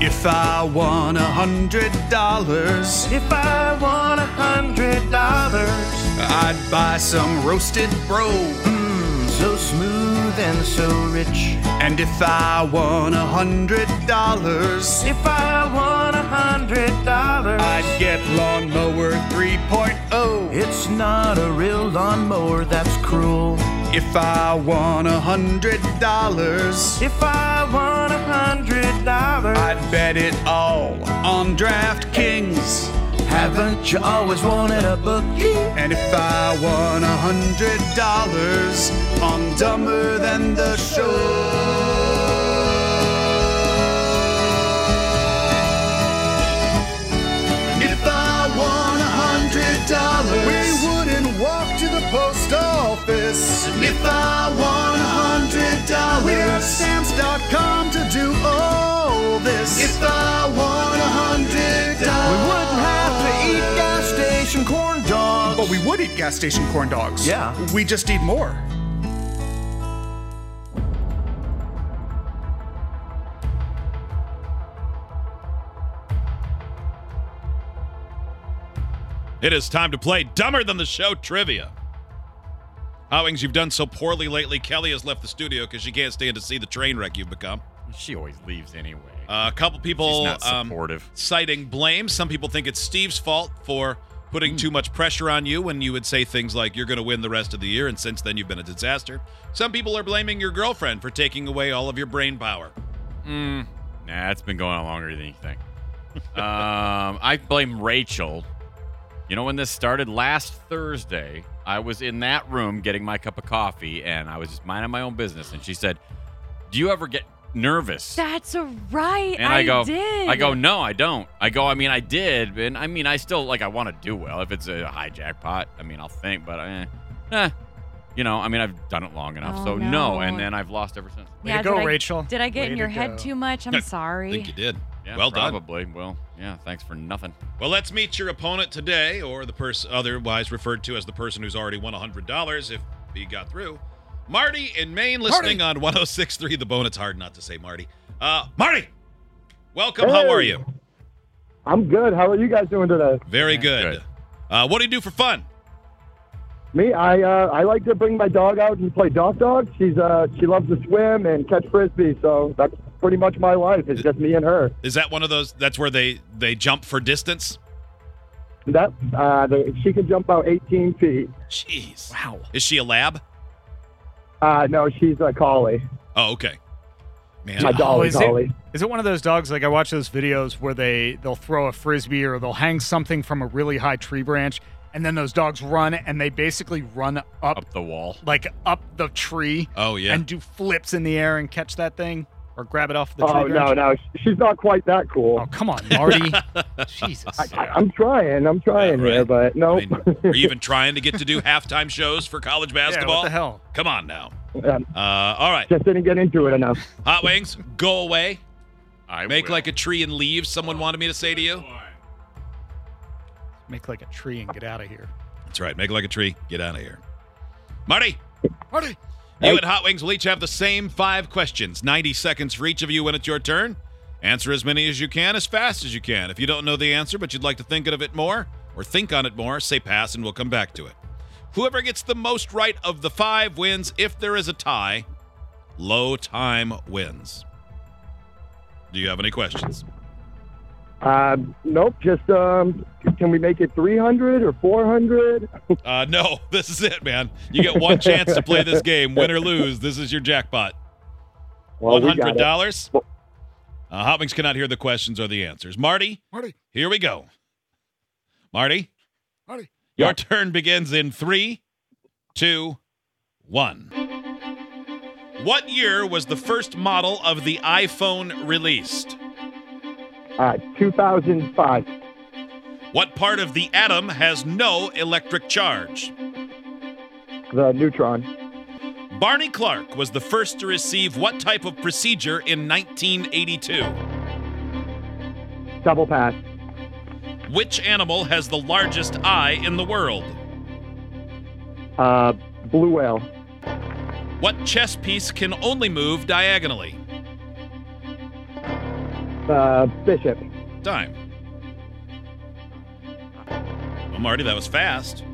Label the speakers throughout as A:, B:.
A: If I won a hundred dollars,
B: If I won a hundred dollars,
A: I'd buy some roasted bro.
B: so smooth and so rich.
A: And if I won a hundred dollars,
B: If I won a hundred dollars,
A: I'd get lawnmower oh. 3.0.
B: it's not a real lawnmower that's cruel.
A: If I won a hundred dollars,
B: If I won a hundred dollars,
A: I'd bet it all on DraftKings.
B: haven't you always wanted a bookie?
A: And if I won a hundred dollars, I'm dumber than the show. If I won a hundred dollars, we wouldn't walk to the post office. If I won a hundred dollars, we have stamps.com to do all this. If I won a hundred
B: We
A: dollars,
B: wouldn't have to eat gas station corn dogs.
A: but we would eat gas station corn dogs.
B: Yeah.
A: We just eat more.
C: It is time to play Dumber Than the Show trivia. Howings, you've done so poorly lately. Kelly has left the studio because she can't stand to see the train wreck you've become.
D: She always leaves anyway.
C: Uh, a couple people
D: She's not
C: um,
D: supportive.
C: citing blame. Some people think it's Steve's fault for putting too much pressure on you when you would say things like "You're going to win the rest of the year," and since then you've been a disaster. Some people are blaming your girlfriend for taking away all of your brain power.
D: Uh, mm, nah, it's been going on longer than you think. um, I blame Rachel. You know, when this started last Thursday, I was in that room getting my cup of coffee and I was just minding my own business. And she said, Do you ever get nervous?
E: That's right.
D: and I, go,
E: did.
D: I go, no, I don't. I go, I mean, I did, and I mean, I still like, I want to do well. If it's a high jackpot, I mean, I'll think, but eh, eh, you know, I mean, I've done it long enough,
E: Oh,
D: so no.
E: no.
D: and then I've lost ever since.
E: Yeah,
F: go,
E: did I-
F: Rachel.
E: Did I get
F: Way
E: in
F: to
E: your head
F: go.
E: too much? I'm
C: Yeah,
E: sorry.
C: I think you did.
D: Yeah,
C: well done.
D: probably. Well, yeah, thanks for nothing.
C: Well, let's meet your opponent today, or the person otherwise referred to as the person who's already won $100 if he got through. Marty in Maine listening on 1063 The Bone. It's hard not to say Marty. Uh, Marty, welcome. How are
G: Hey.
C: you?
G: I'm good. How are you guys doing today?
C: Very
D: Yeah,
C: good.
D: good.
C: Uh, what do you do for fun?
G: Me, I uh, I like to bring my dog out and play dog dog. She's uh she loves to swim and catch frisbee, so that's pretty much my life. It's just me and her.
C: Is that one of those? That's where they they jump for distance.
G: That uh the, she can jump out 18 feet.
C: Jeez.
D: Wow.
C: Is she a lab?
G: Uh no, she's a collie.
C: Oh, okay. Man,
G: My dolly
F: is it-
G: collie.
F: Is it one of those dogs like I watch those videos where they they'll throw a frisbee or they'll hang something from a really high tree branch and then those dogs run and they basically run up,
D: Up the wall.
F: like up the tree
C: Oh yeah.
F: and do flips in the air and catch that thing or grab it off the tree
G: Oh no,
F: branch.
G: no, she's not quite that cool.
F: Oh come on, Marty. Jesus.
G: I, am trying, I'm trying
C: Yeah, right.
G: here, but
C: I
G: no.
C: mean, are you even trying to get to do halftime shows for college
F: yeah,
C: basketball?
F: what the hell?
C: Come on now.
G: Um,
C: Uh, all right.
G: just didn't get into it enough.
C: Hot wings, go away.
D: I
C: Make
D: will.
C: like a tree and leave. Someone wanted me to say to you.
F: Make like a tree and get out of here.
C: That's right. Make like a tree. Get out of here. Marty,
F: Marty.
C: you and Hot Wings will each have the same five questions. 90 seconds for each of you when it's your turn. Answer as many as you can, as fast as you can. If you don't know the answer, but you'd like to think of it more or think on it more, say pass and we'll come back to it. Whoever gets the most right of the five wins. If there is a tie, low time wins. Do you have any questions?
G: Uh, nope, just um can we make it 300 or 400?
C: Uh, no, this is it, man. You get one chance to play this game, win or lose. This is your jackpot.
G: Well, we got it.
C: $100. Uh, Hopkins cannot hear the questions or the answers. Marty,
F: Marty.
C: here we go. Marty,
F: Marty.
C: your turn begins in three, two, one. What year was the first model of the iPhone released?
G: Uh, 2005.
C: What part of the atom has no electric charge?
G: The Neutron.
C: Barney Clark was the first to receive what type of procedure in 1982?
G: Double pass.
C: Which animal has the largest eye in the world?
G: Uh, blue whale.
C: What chess piece can only move diagonally?
G: Uh, Bishop.
C: Time. Well, Marty, that was fast.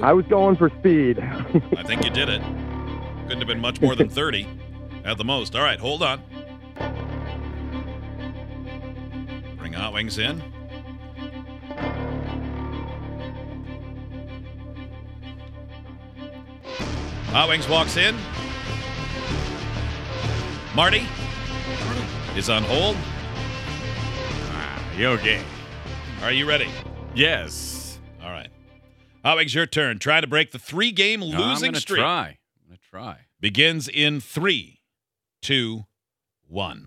G: I was going for speed.
C: I think you did it. Couldn't have been much more than 30 at the most. All right, hold on. Bring Hot Wings in. Hot Wings walks in. Marty is on hold.
D: Ah, you okay?
C: Are you ready?
D: Yes.
C: All right. Hot Wings, your turn. Try to break the three game
D: I'm
C: losing
D: gonna
C: streak.
D: Try. I'm gonna try.
C: begins in three, two, one.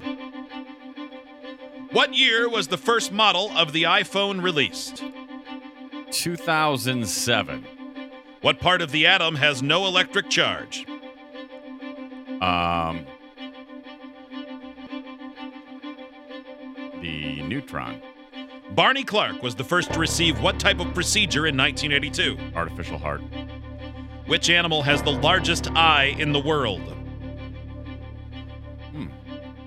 C: What year was the first model of the iPhone released?
D: 2007.
C: What part of the atom has no electric charge?
D: Um. The neutron,
C: Barney Clark was the first to receive what type of procedure in 1982?
D: artificial heart,
C: Which animal has the largest eye in the world?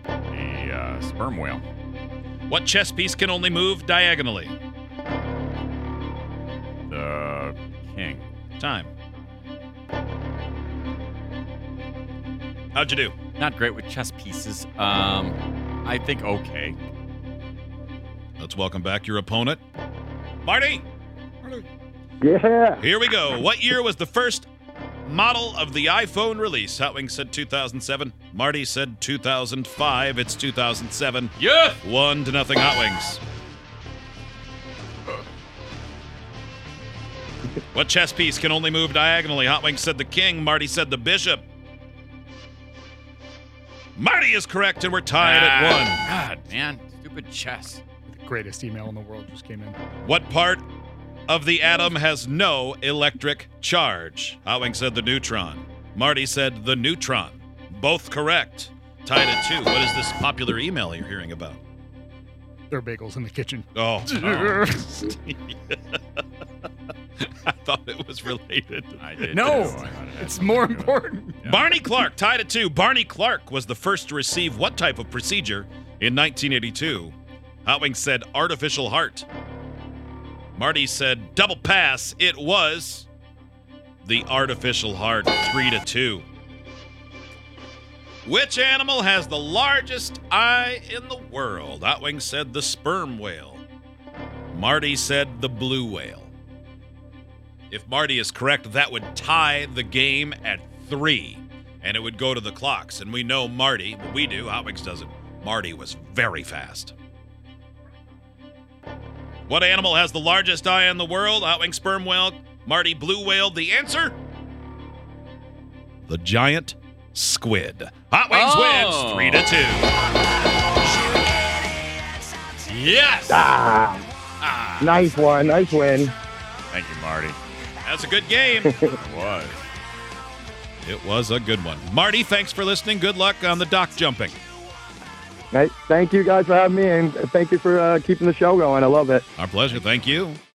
D: the uh, sperm whale,
C: What chess piece can only move diagonally?
D: the king.
C: Time. How'd you do?
D: Not great with chess pieces. Um, I think okay.
C: Let's welcome back your opponent, Marty.
G: Yeah.
C: Here we go. What year was the first model of the iPhone release? Hot Wings said 2007. Marty said 2005. It's 2007.
D: Yeah.
C: One to nothing, Hot Wings. What chess piece can only move diagonally? Hot Wings said the king. Marty said the bishop. Marty is correct, and we're tied
D: Ah.
C: at
D: God, man, stupid chess.
F: The greatest email in the world just came in.
C: one. What part of the atom has no electric charge? Hot Wings said the neutron. Marty said the neutron. Both correct. Tied at two. What is this popular email you're hearing about?
F: There are bagels in the kitchen.
C: Oh, oh. I thought it was related.
D: I did.
F: No,
D: too. I thought it had
F: it's
D: something
F: more
D: to do with it.
F: important.
C: Barney Clark tied at two. Barney Clark was the first to receive what type of procedure in 1982? Hot Wings said artificial heart. Marty said double pass. It was the artificial heart, three to two. Which animal has the largest eye in the world? Hot Wings said the sperm whale. Marty said the blue whale. If Marty is correct, that would tie the game at three, and it would go to the clocks. And we know Marty, but we do, Hotwix doesn't. Marty was very fast. What animal has the largest eye in the world? Hotwing sperm whale, Marty blue whale. The answer? The giant squid. Hotwings
D: Oh.
C: wins three to two.
D: Yes.
G: Ah,
D: Ah,
G: nice one. Nice win.
D: thank you, Marty.
C: That's a good game.
D: It was.
C: it was a good one. Marty, thanks for listening. Good luck on the dock jumping.
G: Nice. Thank you guys for having me, and thank you for uh, keeping the show going. I love it.
C: Our pleasure. Thank you.